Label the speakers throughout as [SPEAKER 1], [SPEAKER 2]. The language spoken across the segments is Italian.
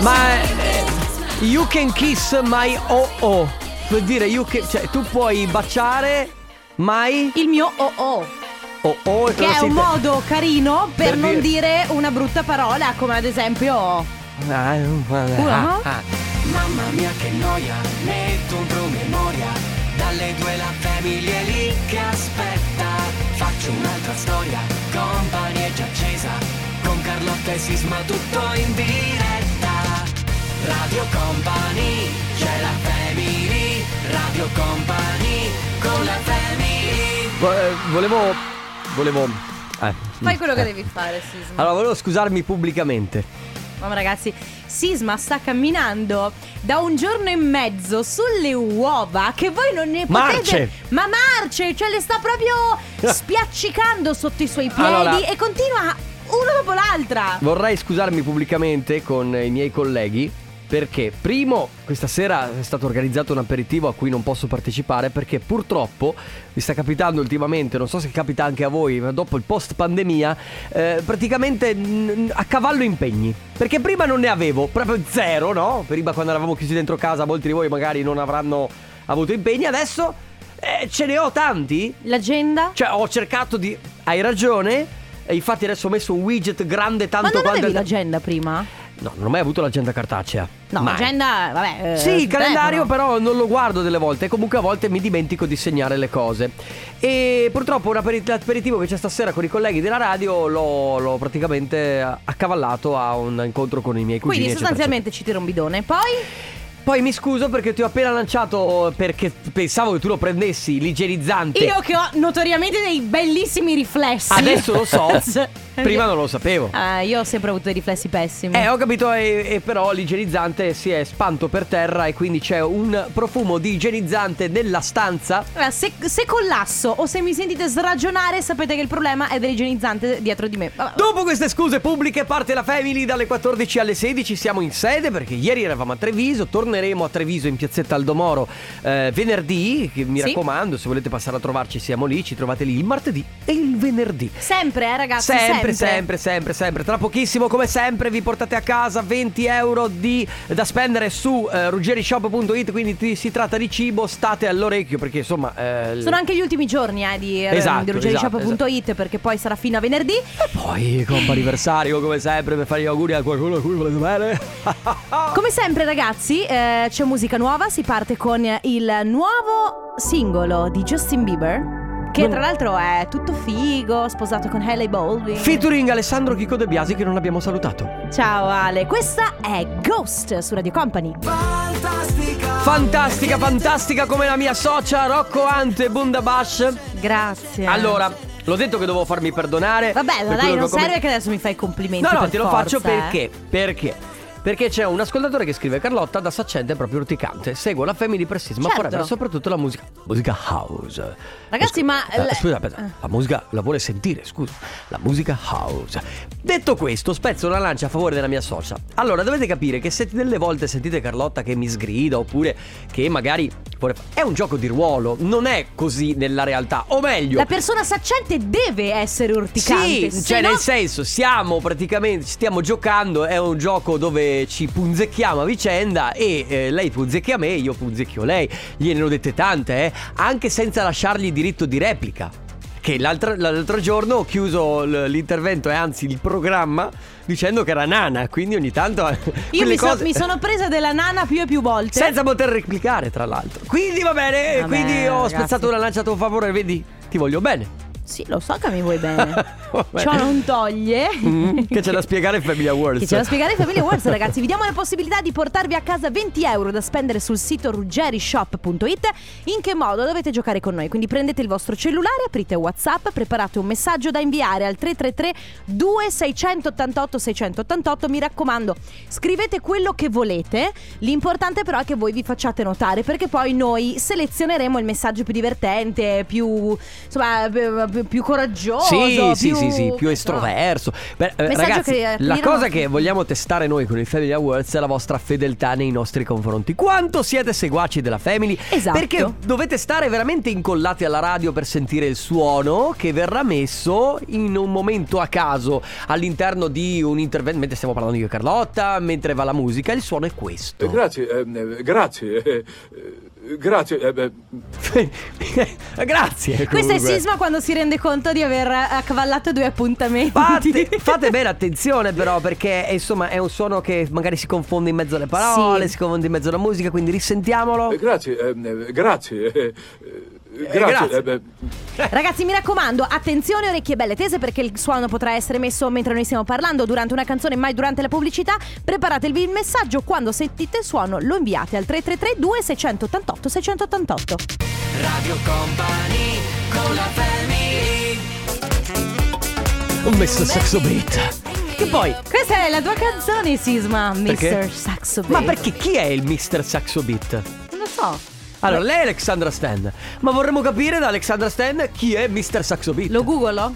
[SPEAKER 1] Ma eh, You can kiss my oh oh. Vuol dire you can- cioè, tu puoi baciare my
[SPEAKER 2] Il mio OO,
[SPEAKER 1] oh oh. e
[SPEAKER 2] che
[SPEAKER 1] cosa
[SPEAKER 2] è
[SPEAKER 1] si
[SPEAKER 2] un
[SPEAKER 1] te-
[SPEAKER 2] modo carino per,
[SPEAKER 1] Per
[SPEAKER 2] non
[SPEAKER 1] dire-
[SPEAKER 2] dire una brutta parola, come ad esempio
[SPEAKER 1] Ah,
[SPEAKER 2] Uno.
[SPEAKER 1] ah, ah.
[SPEAKER 3] Mamma mia che noia, metto un promemoria Dalle due la famiglia è lì che aspetta Faccio un'altra storia, company è già accesa Con Carlotta e Sisma tutto in diretta Radio Company, c'è la family Radio Company, con la family
[SPEAKER 1] Vo- eh, Volevo. Volevo. eh,
[SPEAKER 2] Fai quello che
[SPEAKER 1] eh.
[SPEAKER 2] devi fare, Sisma.
[SPEAKER 1] Allora, volevo scusarmi pubblicamente. Ah.
[SPEAKER 2] Mamma ragazzi, Sisma sta camminando da un giorno e mezzo sulle uova che voi non ne
[SPEAKER 1] Marce. Ah.
[SPEAKER 2] potete... Ma marce! Cioè le sta proprio spiaccicando sotto i suoi piedi
[SPEAKER 1] Allora.
[SPEAKER 2] e continua uno dopo l'altra.
[SPEAKER 1] Vorrei scusarmi pubblicamente con i miei colleghi perché, primo, questa sera è stato organizzato un aperitivo a cui non posso partecipare perché purtroppo mi sta capitando ultimamente, non so se capita anche a voi, ma dopo il post pandemia, eh, praticamente mm, a cavallo impegni. Perché prima non ne avevo, proprio zero, no? Prima quando eravamo chiusi dentro casa, molti di voi magari non avranno avuto impegni, adesso eh, ce ne ho tanti
[SPEAKER 2] L'agenda?
[SPEAKER 1] cioè, ho cercato di. Hai ragione. E infatti adesso ho messo un widget grande
[SPEAKER 2] Ma
[SPEAKER 1] tanto
[SPEAKER 2] non
[SPEAKER 1] quanto.
[SPEAKER 2] avevi l'agenda prima?
[SPEAKER 1] No, non ho mai avuto l'agenda cartacea.
[SPEAKER 2] No,
[SPEAKER 1] Mai.
[SPEAKER 2] l'agenda, vabbè. eh,
[SPEAKER 1] Sì, il
[SPEAKER 2] sul
[SPEAKER 1] calendario
[SPEAKER 2] telefono.
[SPEAKER 1] però non lo guardo delle volte, comunque a volte mi dimentico di segnare le cose. E purtroppo un aperi- l'aperitivo che c'è stasera con i colleghi della radio l'ho, l'ho praticamente accavallato a un incontro con i miei cugini.
[SPEAKER 2] Quindi
[SPEAKER 1] eccetera, eccetera.
[SPEAKER 2] sostanzialmente ci tiro un bidone. Poi
[SPEAKER 1] Poi mi scuso perché ti ho appena lanciato perché pensavo che tu lo prendessi l'igienizzante.
[SPEAKER 2] io che ho notoriamente dei bellissimi riflessi.
[SPEAKER 1] Adesso lo so,
[SPEAKER 2] Sì.
[SPEAKER 1] prima non lo sapevo.
[SPEAKER 2] Ah, io ho sempre avuto dei riflessi pessimi.
[SPEAKER 1] Eh, ho capito, e, e però l'igienizzante si è spanto per terra e quindi c'è un profumo di igienizzante nella stanza.
[SPEAKER 2] Allora, se, se collasso o se mi sentite sragionare, sapete che il problema è dell'igienizzante dietro di me. Vabbè.
[SPEAKER 1] Dopo queste scuse pubbliche parte la Family dalle 14 alle 16, siamo in sede perché ieri eravamo a Treviso, torneremo a Treviso in piazzetta Aldomoro eh, venerdì, che mi
[SPEAKER 2] Sì.
[SPEAKER 1] raccomando se volete passare a trovarci siamo lì, ci trovate lì il martedì e il venerdì.
[SPEAKER 2] Sempre, eh, ragazzi.
[SPEAKER 1] Sempre, sempre, sempre, sempre. Tra pochissimo, come sempre, vi portate a casa 20 euro di- da spendere su eh, ruggerishop.it. Quindi ti- si tratta di cibo, state all'orecchio perché insomma. eh, l-
[SPEAKER 2] Sono anche gli ultimi giorni eh, di, eh,
[SPEAKER 1] Esatto,
[SPEAKER 2] di ruggerishop.it
[SPEAKER 1] esatto,
[SPEAKER 2] perché poi sarà fino a venerdì.
[SPEAKER 1] Poi, compa anniversario, come sempre, per fare gli auguri a qualcuno a cui volete bene.
[SPEAKER 2] Come sempre ragazzi eh, c'è musica nuova, si parte con il nuovo singolo di Justin Bieber che
[SPEAKER 1] Non-
[SPEAKER 2] tra l'altro è tutto figo, sposato con Hailey Baldwin.
[SPEAKER 1] Featuring Alessandro Chico De Biasi, che non abbiamo salutato.
[SPEAKER 2] Ciao Ale, questa è Ghost su Radio Company.
[SPEAKER 1] Fantastica, fantastica come la mia socia Rocco Ante Bundabash.
[SPEAKER 2] Eh. Grazie.
[SPEAKER 1] Allora, l'ho detto che dovevo farmi perdonare.
[SPEAKER 2] Vabbè,
[SPEAKER 1] per quello
[SPEAKER 2] ma dai,
[SPEAKER 1] che ho
[SPEAKER 2] non
[SPEAKER 1] commen-
[SPEAKER 2] serve che adesso mi fai i complimenti.
[SPEAKER 1] No, no,
[SPEAKER 2] per
[SPEAKER 1] te lo faccio
[SPEAKER 2] forza, eh.
[SPEAKER 1] perché? Perché? Perché c'è un ascoltatore che scrive Carlotta da saccente è proprio urticante. Seguo la Family per Sisma
[SPEAKER 2] Certo.
[SPEAKER 1] Forever, soprattutto la musica. Musica house.
[SPEAKER 2] Ragazzi, ma
[SPEAKER 1] eh,
[SPEAKER 2] le-
[SPEAKER 1] scusa, aspetta, la musica la vuole sentire, scusa. La musica house. Detto questo, spezzo una lancia a favore della mia socia. Allora, dovete capire che se delle volte sentite Carlotta che mi sgrida oppure che magari vuole fa- è un gioco di ruolo, non è così nella realtà. O meglio,
[SPEAKER 2] La persona saccente deve essere
[SPEAKER 1] sì,
[SPEAKER 2] urticante. se
[SPEAKER 1] cioè
[SPEAKER 2] no-
[SPEAKER 1] nel senso, siamo praticamente, ci stiamo giocando, è un gioco dove ci punzecchiamo a vicenda e eh, lei punzecchia me, io punzecchio lei. Gliene ho dette tante, eh, anche senza lasciargli diritto di replica. Che l'altro, l'altro giorno ho chiuso l- l'intervento e anzi il programma dicendo che era nana, quindi ogni tanto... eh,
[SPEAKER 2] Io
[SPEAKER 1] quelle
[SPEAKER 2] mi, so-
[SPEAKER 1] cose-
[SPEAKER 2] mi sono presa della nana più e più volte.
[SPEAKER 1] Senza poter replicare tra l'altro. Quindi va bene,
[SPEAKER 2] Vabbè,
[SPEAKER 1] quindi ho
[SPEAKER 2] ragazzi.
[SPEAKER 1] spezzato una lancia a tuo favore, vedi? Ti voglio bene.
[SPEAKER 2] Sì, lo so che mi vuoi bene.
[SPEAKER 1] Vabbè.
[SPEAKER 2] Eh. Ciò non toglie.
[SPEAKER 1] Mm, che c'è da spiegare in Family Awards.
[SPEAKER 2] Che c'è da spiegare in Family Awards ragazzi Vi diamo la possibilità di portarvi a casa 20 euro Da spendere sul sito ruggerishop.it In che modo dovete giocare con noi Quindi prendete il vostro cellulare Aprite Whatsapp Preparate un messaggio da inviare al 333 2688 688 Mi raccomando Scrivete quello che volete L'importante però è che voi vi facciate notare Perché poi noi selezioneremo il messaggio più divertente Più insomma p- p- più, più coraggioso.
[SPEAKER 1] Sì,
[SPEAKER 2] oh, più...
[SPEAKER 1] sì, sì, sì, più estroverso. Beh, eh,
[SPEAKER 2] Messaggio
[SPEAKER 1] ragazzi,
[SPEAKER 2] che
[SPEAKER 1] la
[SPEAKER 2] finirà-
[SPEAKER 1] cosa che vogliamo testare noi con il Family Awards è la vostra fedeltà nei nostri confronti. Quanto siete seguaci della Family?
[SPEAKER 2] Esatto.
[SPEAKER 1] Perché dovete stare veramente incollati alla radio per sentire il suono che verrà messo in un momento a caso all'interno di un intervento. Mentre stiamo parlando io e Carlotta, mentre va la musica, il suono è questo.
[SPEAKER 4] Eh, Grazie, ehm, eh, grazie, eh, eh, grazie. eh, beh,
[SPEAKER 1] Grazie.
[SPEAKER 2] Questo è
[SPEAKER 1] comunque.
[SPEAKER 2] Sisma quando si rende conto di aver accavallato due appuntamenti.
[SPEAKER 1] Fate, fate bene attenzione però perché eh, insomma è un suono che magari si confonde in mezzo alle parole,
[SPEAKER 2] Sì.
[SPEAKER 1] si confonde in mezzo alla musica, quindi risentiamolo.
[SPEAKER 4] eh, grazie, ehm, eh, grazie. eh, eh,
[SPEAKER 1] grazie.
[SPEAKER 4] Grazie. eh, beh,
[SPEAKER 2] Ragazzi, mi raccomando, attenzione, orecchie belle tese perché il suono potrà essere messo mentre noi stiamo parlando, durante una canzone, mai durante la pubblicità. Preparatevi il messaggio, quando sentite il suono lo inviate al 333 2688 688.
[SPEAKER 3] Radio Company con la family
[SPEAKER 1] Ho messo il saxo beat. Che poi
[SPEAKER 2] Questa è la tua canzone, Sisma,
[SPEAKER 1] Perché?
[SPEAKER 2] Mr. Saxo
[SPEAKER 1] Ma
[SPEAKER 2] Beat.
[SPEAKER 1] perché chi è il Mr. Saxo Beat?
[SPEAKER 2] Non lo so.
[SPEAKER 1] Allora, lei è Alexandra Stan, ma vorremmo capire da Alexandra Stan chi è Mr. Saxo Beat.
[SPEAKER 2] Lo googolo?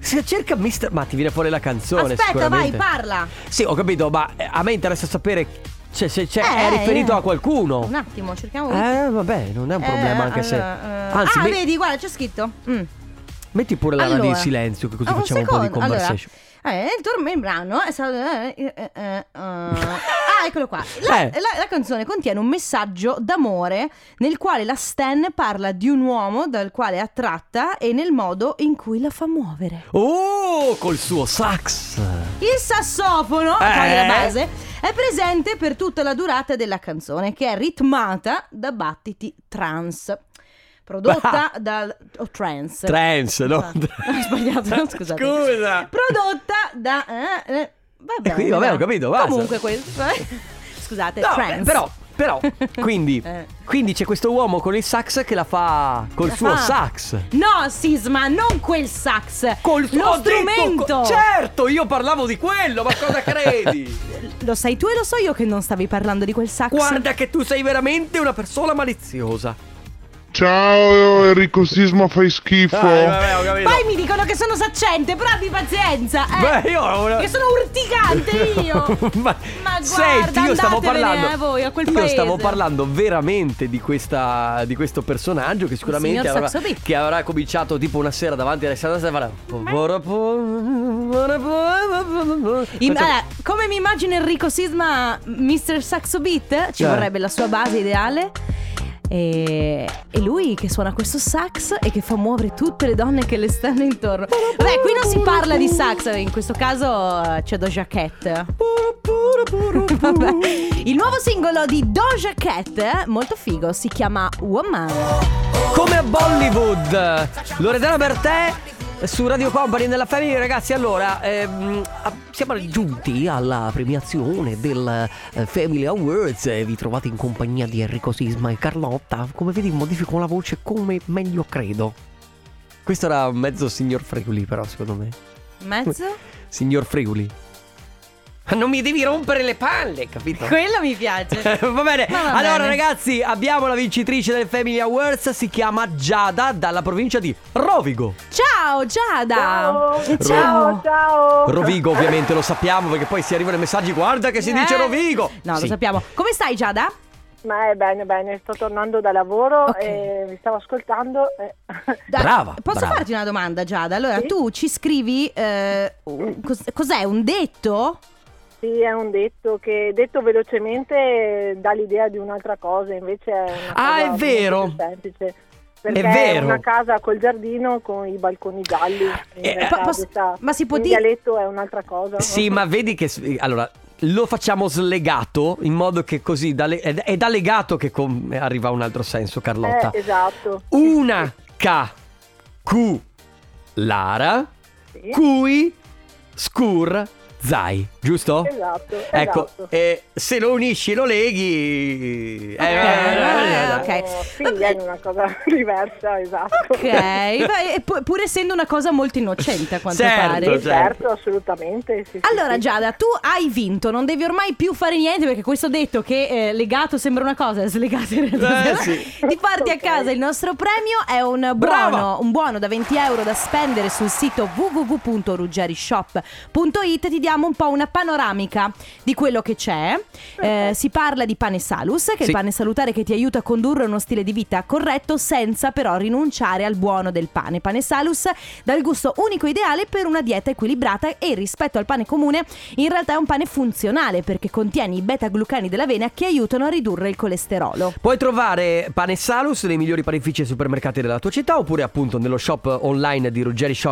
[SPEAKER 1] Se cerca Mr. Ma ti viene fuori la canzone
[SPEAKER 2] Aspetta, vai,
[SPEAKER 1] sicuramente.
[SPEAKER 2] parla.
[SPEAKER 1] Sì, ho capito, ma eh, a me interessa sapere cioè, se c'è- è
[SPEAKER 2] Eh,
[SPEAKER 1] riferito
[SPEAKER 2] eh.
[SPEAKER 1] a qualcuno.
[SPEAKER 2] Un attimo, cerchiamo
[SPEAKER 1] Eh, vabbè, non è un problema anche se... Anzi,
[SPEAKER 2] ah,
[SPEAKER 1] mi-
[SPEAKER 2] vedi, guarda, c'è scritto. Mm.
[SPEAKER 1] metti pure la radio in
[SPEAKER 2] Allora.
[SPEAKER 1] silenzio, che così
[SPEAKER 2] Ah, un
[SPEAKER 1] facciamo un, po' di
[SPEAKER 2] secondo. Allora,
[SPEAKER 1] conversation.
[SPEAKER 2] eh, il tuo membrano è stato. eh, eh, eh, eh, ah, eccolo qua. La,
[SPEAKER 1] Eh.
[SPEAKER 2] la- la canzone contiene un messaggio d'amore nel quale la Stan parla di un uomo dal quale è attratta e nel modo in cui la fa muovere.
[SPEAKER 1] Oh, col suo sax.
[SPEAKER 2] Il sassofono,
[SPEAKER 1] Eh.
[SPEAKER 2] poi la base, è presente per tutta la durata della canzone, che è ritmata da battiti trance. Prodotta dal. o trance.
[SPEAKER 1] Trance, no?
[SPEAKER 2] Ah, Ho sbagliato, no? scusate.
[SPEAKER 1] Scusa.
[SPEAKER 2] Prodotta da. eh, eh, va bene,
[SPEAKER 1] quindi, vabbè,
[SPEAKER 2] va.
[SPEAKER 1] ho capito, basta.
[SPEAKER 2] Comunque, questo. eh. Scusate,
[SPEAKER 1] No,
[SPEAKER 2] trans.
[SPEAKER 1] beh, però, però, quindi,
[SPEAKER 2] Eh.
[SPEAKER 1] quindi c'è questo uomo con il sax che la fa col
[SPEAKER 2] La
[SPEAKER 1] suo
[SPEAKER 2] fa.
[SPEAKER 1] sax.
[SPEAKER 2] Ah. No, Sisma, non quel sax.
[SPEAKER 1] Col
[SPEAKER 2] Lo
[SPEAKER 1] ho detto
[SPEAKER 2] strumento.
[SPEAKER 1] co- certo, io parlavo di quello, ma cosa credi?
[SPEAKER 2] Lo sai tu e lo so io che non stavi parlando di quel sax.
[SPEAKER 1] Guarda che tu sei veramente una persona maliziosa.
[SPEAKER 5] Ciao Enrico Sisma fai schifo.
[SPEAKER 1] Dai, vabbè, ho capito.
[SPEAKER 2] Poi mi dicono che sono saccente, però abbi pazienza. Eh.
[SPEAKER 1] Beh, io ho una-
[SPEAKER 2] Che sono urticante io.
[SPEAKER 1] Ma,
[SPEAKER 2] guarda,
[SPEAKER 1] senti, io stavo
[SPEAKER 2] andatevene,
[SPEAKER 1] parlando.
[SPEAKER 2] eh, voi, a quel
[SPEAKER 1] io
[SPEAKER 2] paese.
[SPEAKER 1] stavo parlando veramente di, questa, di questo personaggio che sicuramente
[SPEAKER 2] signor
[SPEAKER 1] avrà,
[SPEAKER 2] Saxo Beat.
[SPEAKER 1] che avrà cominciato tipo una sera davanti a Alessandra Stefana.
[SPEAKER 2] In- allora, come mi immagino Enrico Sisma, Mr. Saxo Beat, ci
[SPEAKER 1] Eh.
[SPEAKER 2] vorrebbe la sua base ideale. E, e lui che suona questo sax e che fa muovere tutte le donne che le stanno intorno. Beh, qui non si parla di sax, in questo caso eh, c'è Doja Cat. Vabbè. Il nuovo singolo di Doja Cat, eh, molto figo, si chiama Woman.
[SPEAKER 1] Come a Bollywood, Loredana Bertè. Su Radio Company nella famiglia ragazzi allora ehm, a- siamo giunti alla premiazione del eh, Family Awards eh, vi trovate in compagnia di Enrico Sisma e Carlotta come vedi modifico la voce come meglio credo questo era mezzo signor Freguli però secondo me
[SPEAKER 2] Mezzo?
[SPEAKER 1] Eh. signor Freguli Ma non mi devi rompere le palle capito?
[SPEAKER 2] Quello mi piace.
[SPEAKER 1] Eh, va bene.
[SPEAKER 2] Ma va
[SPEAKER 1] allora,
[SPEAKER 2] bene.
[SPEAKER 1] ragazzi, abbiamo la vincitrice del Family Awards. Si chiama Giada dalla provincia di Rovigo.
[SPEAKER 2] Ciao Giada! Ciao!
[SPEAKER 1] Ciao, Rovigo, ovviamente, lo sappiamo, perché poi si arrivano i messaggi. Guarda che si
[SPEAKER 2] Eh.
[SPEAKER 1] dice Rovigo.
[SPEAKER 2] No,
[SPEAKER 1] Sì.
[SPEAKER 2] lo sappiamo. Come stai, Giada?
[SPEAKER 6] Ma è bene, bene, sto tornando da lavoro
[SPEAKER 2] Ok.
[SPEAKER 6] e vi stavo ascoltando. eh. e-
[SPEAKER 2] Da-
[SPEAKER 1] Brava,
[SPEAKER 2] Posso
[SPEAKER 1] brava.
[SPEAKER 2] farti una domanda, Giada? Allora,
[SPEAKER 6] Sì.
[SPEAKER 2] tu ci scrivi. eh, un- cos- cos'è? Un detto?
[SPEAKER 6] sì, è un detto che detto velocemente dà l'idea di un'altra cosa, invece è una
[SPEAKER 1] Ah,
[SPEAKER 6] cosa
[SPEAKER 1] è vero.
[SPEAKER 6] molto più semplice. Perché
[SPEAKER 1] È vero.
[SPEAKER 6] una casa col giardino con i balconi gialli. in
[SPEAKER 1] Eh,
[SPEAKER 6] realtà
[SPEAKER 2] po- posso-
[SPEAKER 6] questa-
[SPEAKER 2] ma si può
[SPEAKER 6] in
[SPEAKER 2] dire-
[SPEAKER 6] dialetto è un'altra cosa.
[SPEAKER 1] Sì, ma vedi che. Allora. Lo facciamo slegato in modo che così da le- è da legato che com- arriva un altro senso, Carlotta.
[SPEAKER 6] Eh, esatto.
[SPEAKER 2] Uh,
[SPEAKER 1] Una K Q Lara
[SPEAKER 6] Sì.
[SPEAKER 1] Cui Scur Zai. giusto?
[SPEAKER 6] Esatto,
[SPEAKER 1] Ecco,
[SPEAKER 6] esatto.
[SPEAKER 1] eh, se lo unisci e lo leghi... eh,
[SPEAKER 2] Ok, eh,
[SPEAKER 1] eh,
[SPEAKER 2] ok.
[SPEAKER 6] Sì,
[SPEAKER 2] Va
[SPEAKER 6] è
[SPEAKER 2] bene.
[SPEAKER 6] una cosa diversa, esatto.
[SPEAKER 2] Ok, beh, e pu- pur essendo una cosa molto innocente a quanto
[SPEAKER 1] Certo,
[SPEAKER 2] pare.
[SPEAKER 6] Sì,
[SPEAKER 1] certo.
[SPEAKER 6] certo, assolutamente. sì, sì,
[SPEAKER 2] Allora
[SPEAKER 6] sì.
[SPEAKER 2] Giada, tu hai vinto, non devi ormai più fare niente perché questo detto che eh, legato sembra una cosa, slegato in realtà.
[SPEAKER 1] Eh, sì.
[SPEAKER 2] Ti porti a
[SPEAKER 6] Ok.
[SPEAKER 2] casa il nostro premio, è un
[SPEAKER 1] Brava!
[SPEAKER 2] buono, un buono da 20 euro da spendere sul sito www.ruggerishop.it, ti diamo un po' una panoramica di quello che c'è. Eh, si parla di pane salus, che è
[SPEAKER 1] Sì.
[SPEAKER 2] il pane salutare che ti aiuta a condurre uno stile di vita corretto senza però rinunciare al buono del pane. Pane salus dal gusto unico ideale per una dieta equilibrata e rispetto al pane comune in realtà è un pane funzionale perché contiene i beta-glucani dell'avena che aiutano a ridurre il colesterolo.
[SPEAKER 1] Puoi trovare Pane Salus nei migliori panifici e supermercati della tua città oppure appunto nello shop online di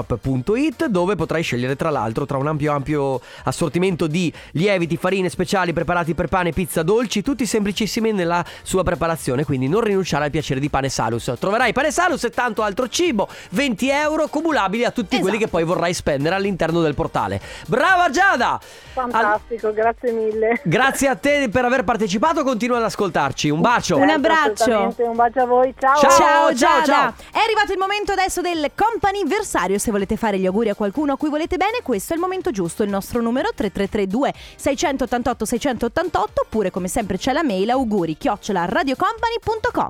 [SPEAKER 1] ruggerishop.it dove potrai scegliere tra l'altro tra un ampio ampio assortimento di lieviti, farine speciali preparati per pane, pizza, dolci, tutti semplicissimi nella sua preparazione, quindi non rinunciare al piacere di Pane Salus. Troverai Pane Salus e tanto altro cibo, 20 euro cumulabili a tutti quelli
[SPEAKER 2] Esatto.
[SPEAKER 1] che poi vorrai spendere all'interno del portale. Brava Giada! Al-
[SPEAKER 6] Fantastico, grazie mille.
[SPEAKER 1] Grazie a te per aver partecipato, continua ad ascoltarci. Un bacio.
[SPEAKER 2] Un
[SPEAKER 6] Certo,
[SPEAKER 2] abbraccio.
[SPEAKER 6] assolutamente, Un bacio a voi,
[SPEAKER 1] Ciao, ciao,
[SPEAKER 2] Giada!
[SPEAKER 1] ciao.
[SPEAKER 2] È arrivato il momento adesso del companiversario. Se volete fare gli auguri a qualcuno a cui volete bene, questo è il momento giusto. Il nostro numero 3332 688 688 oppure come sempre c'è la mail auguri chiocciola radiocompany.com.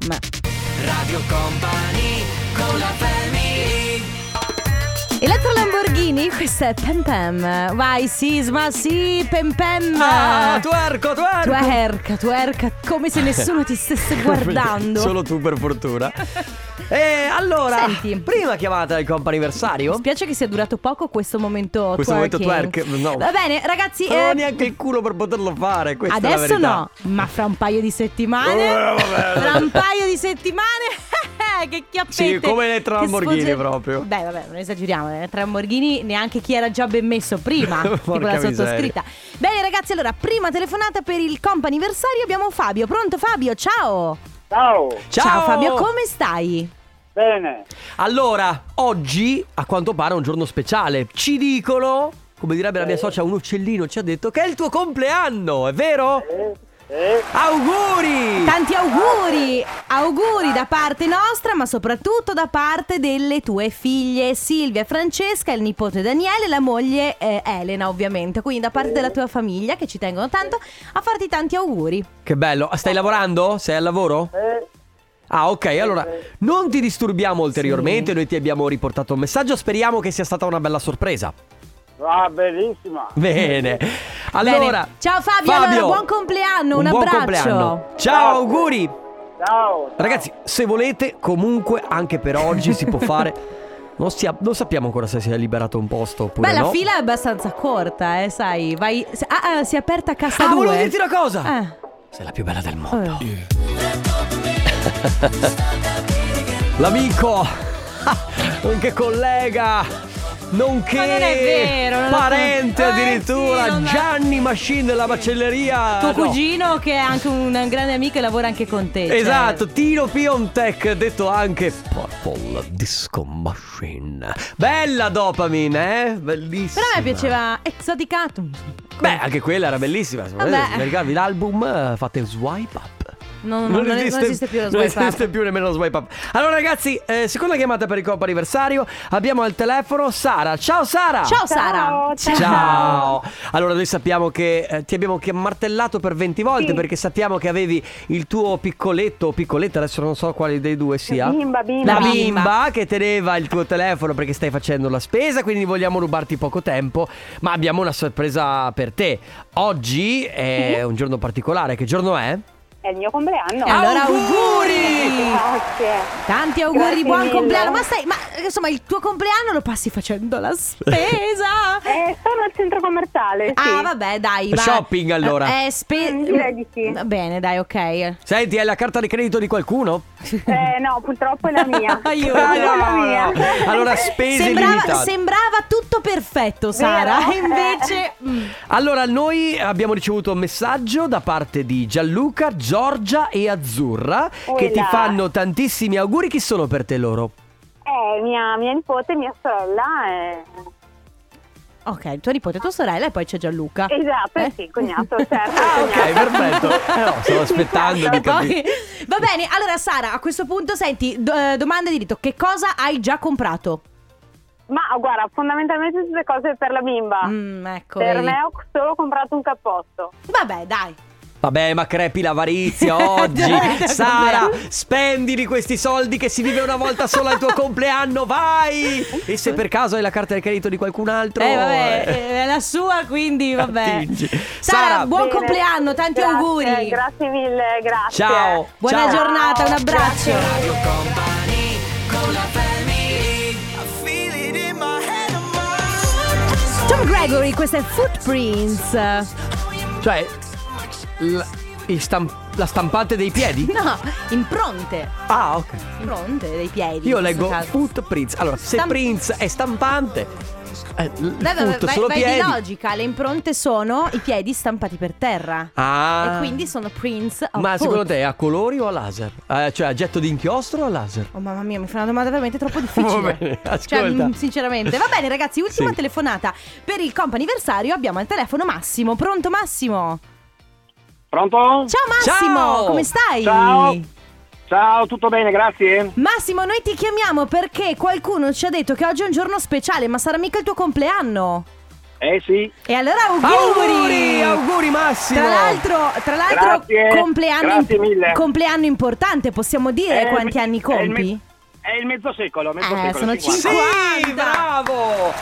[SPEAKER 3] Radio Company con la family
[SPEAKER 2] Elettro Lamborghini, questo è Pem Pem. Vai Sisma, sì, Pem Pem.
[SPEAKER 1] Ah, tuerco, tuerco.
[SPEAKER 2] Tuerca, tuerca, come se nessuno ti stesse guardando.
[SPEAKER 1] Solo tu per fortuna. E allora,
[SPEAKER 2] Senti.
[SPEAKER 1] prima chiamata del comp'anniversario.
[SPEAKER 2] Mi spiace che sia durato poco questo momento
[SPEAKER 1] Questo momento
[SPEAKER 2] twerking.
[SPEAKER 1] twerk, no.
[SPEAKER 2] Va bene, ragazzi.
[SPEAKER 1] Non ho
[SPEAKER 2] eh,
[SPEAKER 1] neanche il culo per poterlo fare. Questa è la
[SPEAKER 2] adesso
[SPEAKER 1] verità.
[SPEAKER 2] no, ma fra un paio di settimane.
[SPEAKER 1] Eh, vabbè.
[SPEAKER 2] fra un paio di settimane. che chiappette.
[SPEAKER 1] Sì, come le Lamborghini
[SPEAKER 2] che sfogge-
[SPEAKER 1] proprio.
[SPEAKER 2] Beh, vabbè, non esageriamo. Le Lamborghini neanche chi era già ben messo prima. tipo
[SPEAKER 1] Porca
[SPEAKER 2] la
[SPEAKER 1] miseria.
[SPEAKER 2] sottoscritta. Bene, ragazzi, allora, prima telefonata per il comp anniversario abbiamo Fabio. Pronto, Fabio? Ciao.
[SPEAKER 7] Ciao,
[SPEAKER 1] Ciao,
[SPEAKER 2] Fabio, come stai?
[SPEAKER 7] bene.
[SPEAKER 1] Allora, oggi a quanto pare è un giorno speciale. Ci dicono, come direbbe la
[SPEAKER 7] Eh.
[SPEAKER 1] mia socia, un uccellino ci ha detto che è il tuo compleanno, è vero?
[SPEAKER 7] Eh, eh,
[SPEAKER 1] Auguri!
[SPEAKER 2] Tanti auguri, auguri da parte nostra, ma soprattutto da parte delle tue figlie Silvia e Francesca, il nipote Daniele e la moglie eh, Elena, ovviamente. Quindi da parte della tua famiglia che ci tengono tanto a farti tanti auguri.
[SPEAKER 1] Che bello. Ah, Stai lavorando? Sei al lavoro?
[SPEAKER 7] eh,
[SPEAKER 1] Ah, ok, allora non ti disturbiamo ulteriormente, noi ti abbiamo riportato un messaggio, speriamo che sia stata una bella sorpresa.
[SPEAKER 7] va benissimo.
[SPEAKER 1] Bene. Allora,
[SPEAKER 2] Bene. ciao Fabio, allora, buon compleanno, un
[SPEAKER 1] buon
[SPEAKER 2] abbraccio.
[SPEAKER 1] compleanno. Ciao, auguri.
[SPEAKER 7] Ciao.
[SPEAKER 1] Ragazzi, se volete, comunque anche per oggi si può fare non, sia- non sappiamo ancora se si è liberato un posto oppure
[SPEAKER 2] Beh,
[SPEAKER 1] no.
[SPEAKER 2] la fila è abbaassa corta, eh, sai. Vai. Ah, ah, si è aperta cassa
[SPEAKER 1] Ah,
[SPEAKER 2] 2.
[SPEAKER 1] volevo dirti una cosa.
[SPEAKER 2] Ah,
[SPEAKER 1] Sei la più bella del mondo.
[SPEAKER 2] eh.
[SPEAKER 1] L'amico, nonché collega, nonché
[SPEAKER 2] Ma non è vero, non lo
[SPEAKER 1] parente
[SPEAKER 2] so. Eh,
[SPEAKER 1] addirittura,
[SPEAKER 2] sì, non-
[SPEAKER 1] Gianni Machine della macelleria.
[SPEAKER 2] Tuo
[SPEAKER 1] no.
[SPEAKER 2] cugino che è anche un grande amico e lavora anche con te. cioè.
[SPEAKER 1] Esatto, Tino Piontek, detto anche Purple Disco Machine. Bella dopamine, eh? Bellissima.
[SPEAKER 2] Però a me piaceva Exoticatum.
[SPEAKER 1] Beh, anche quella era bellissima. Se volete,
[SPEAKER 2] Vabbè.
[SPEAKER 1] se ricordi l'album, eh, fate swipe up.
[SPEAKER 2] No, no, no, non, esiste, più lo
[SPEAKER 1] non
[SPEAKER 2] swipe up.
[SPEAKER 1] esiste più nemmeno lo swipe up. Allora, ragazzi, eh, seconda chiamata per il compo anniversario. Abbiamo al telefono Sara. Ciao Sara!
[SPEAKER 2] Ciao Sara.
[SPEAKER 6] ciao.
[SPEAKER 1] Ciao! Allora, noi sappiamo che eh, ti abbiamo che- martellato per 20 volte
[SPEAKER 6] Sì.
[SPEAKER 1] perché sappiamo che avevi il tuo piccoletto o piccoletta, adesso non so quale dei due sia.
[SPEAKER 6] Bimba, bimba.
[SPEAKER 1] La
[SPEAKER 2] bimba.
[SPEAKER 1] bimba che teneva il tuo telefono perché stai facendo la spesa, quindi vogliamo rubarti poco tempo, ma abbiamo una sorpresa per te. Oggi è un giorno particolare, che giorno è?
[SPEAKER 8] È il mio compleanno.
[SPEAKER 2] E allora auguri!
[SPEAKER 1] Auguri!
[SPEAKER 8] Grazie.
[SPEAKER 2] Tanti auguri,
[SPEAKER 8] Grazie
[SPEAKER 2] buon
[SPEAKER 8] mille.
[SPEAKER 2] compleanno. Ma stai, ma insomma, il tuo compleanno lo passi facendo la spesa.
[SPEAKER 8] Eh, sono al centro commerciale. Sì.
[SPEAKER 2] Ah, vabbè, dai. va.
[SPEAKER 1] Shopping, allora.
[SPEAKER 2] Eh, eh, spe-
[SPEAKER 8] Mm, direi di sì.
[SPEAKER 2] Va Bene, dai, ok.
[SPEAKER 1] Senti, è la carta di credito di qualcuno?
[SPEAKER 8] Eh, no, purtroppo è la mia.
[SPEAKER 2] Aiuto.
[SPEAKER 8] È la mia.
[SPEAKER 1] Allora, spese
[SPEAKER 2] Sembrava,
[SPEAKER 1] illimitate.
[SPEAKER 2] sembrava tutto perfetto, Sara.
[SPEAKER 8] Vero? Eh.
[SPEAKER 2] Invece, mm.
[SPEAKER 1] Allora, noi abbiamo ricevuto un messaggio da parte di Gianluca, Giorgia e Azzurra che ti
[SPEAKER 8] Uela.
[SPEAKER 1] fanno tantissimi auguri. Chi sono per te loro?
[SPEAKER 8] Eh, mia, mia nipote, mia sorella. eh.
[SPEAKER 2] Ok, tua nipote, tua sorella e poi c'è Gianluca.
[SPEAKER 8] Esatto,
[SPEAKER 2] Eh?
[SPEAKER 8] sì, cognato, certo.
[SPEAKER 1] Ah, ok,
[SPEAKER 8] cognato.
[SPEAKER 1] perfetto. Eh no, stavo aspettando di
[SPEAKER 2] E poi-
[SPEAKER 1] capire.
[SPEAKER 2] Va bene, allora Sara, a questo punto senti, do- eh, domanda di rito, che cosa hai già comprato?
[SPEAKER 8] Ma guarda, fondamentalmente tutte cose per la bimba.
[SPEAKER 2] Mm, ecco.
[SPEAKER 8] Ah, per
[SPEAKER 2] vedi.
[SPEAKER 8] me ho solo comprato un cappotto.
[SPEAKER 2] Vabbè, dai.
[SPEAKER 1] Vabbè, ma crepi l'avarizia oggi.
[SPEAKER 2] Dai,
[SPEAKER 1] Sara,
[SPEAKER 2] vabbè.
[SPEAKER 1] spendili questi soldi che si vive una volta solo al tuo compleanno, vai! E se per caso hai la carta del credito di qualcun altro?
[SPEAKER 2] Eh, vabbè,
[SPEAKER 1] eh,
[SPEAKER 2] eh, è la sua, quindi vabbè.
[SPEAKER 1] attingi.
[SPEAKER 2] Sara,
[SPEAKER 1] Sara,
[SPEAKER 2] buon
[SPEAKER 8] Bene.
[SPEAKER 2] compleanno, tanti
[SPEAKER 8] Grazie,
[SPEAKER 2] auguri.
[SPEAKER 8] Grazie mille, grazie.
[SPEAKER 1] Ciao.
[SPEAKER 2] Buona
[SPEAKER 1] Ciao.
[SPEAKER 2] giornata, un abbraccio. Tom Gregory, questo è Footprints. No,
[SPEAKER 1] Cioè, l- il stam- la stampante dei piedi?
[SPEAKER 2] impronte.
[SPEAKER 1] Ah, ok.
[SPEAKER 2] Impronte dei piedi.
[SPEAKER 1] Io
[SPEAKER 2] in questo
[SPEAKER 1] leggo
[SPEAKER 2] caso.
[SPEAKER 1] footprints. Allora, se
[SPEAKER 2] Stamp-
[SPEAKER 1] Prince è stampante, eh, l-
[SPEAKER 2] Vai, vai,
[SPEAKER 1] foot
[SPEAKER 2] vai,
[SPEAKER 1] solo
[SPEAKER 2] vai
[SPEAKER 1] piedi.
[SPEAKER 2] di logica, le impronte sono i piedi stampati per terra.
[SPEAKER 1] Ah.
[SPEAKER 2] E quindi sono prints of
[SPEAKER 1] Ma secondo
[SPEAKER 2] foot.
[SPEAKER 1] te è a colori o a laser? Eh, cioè a getto di inchiostro o a laser?
[SPEAKER 2] Oh mamma mia, mi fa una domanda veramente troppo difficile.
[SPEAKER 1] Va bene,
[SPEAKER 2] cioè,
[SPEAKER 1] ascolta.
[SPEAKER 2] mm, sinceramente. Va bene, ragazzi, ultima
[SPEAKER 1] Sì.
[SPEAKER 2] telefonata. Per il comp anniversario abbiamo al telefono Massimo. Pronto Massimo?
[SPEAKER 7] Pronto?
[SPEAKER 2] Ciao Massimo,
[SPEAKER 1] Ciao!
[SPEAKER 2] come stai?
[SPEAKER 7] Ciao. Ciao, tutto bene, grazie.
[SPEAKER 2] Massimo, noi ti chiamiamo perché qualcuno ci ha detto che oggi è un giorno speciale, ma sarà mica il tuo compleanno.
[SPEAKER 7] Eh sì.
[SPEAKER 2] E allora auguri!
[SPEAKER 1] Auguri, auguri Massimo.
[SPEAKER 2] Tra l'altro, tra l'altro
[SPEAKER 7] Grazie,
[SPEAKER 2] compleanno,
[SPEAKER 7] grazie mille.
[SPEAKER 2] compleanno importante, possiamo dire
[SPEAKER 7] Eh,
[SPEAKER 2] quanti
[SPEAKER 7] mi-
[SPEAKER 2] anni
[SPEAKER 7] è il me-
[SPEAKER 2] compi?
[SPEAKER 7] È il mezzo secolo, mezzo
[SPEAKER 2] Eh,
[SPEAKER 7] secolo.
[SPEAKER 2] sono
[SPEAKER 7] 50.
[SPEAKER 1] Sì,
[SPEAKER 2] 50.
[SPEAKER 1] bravo.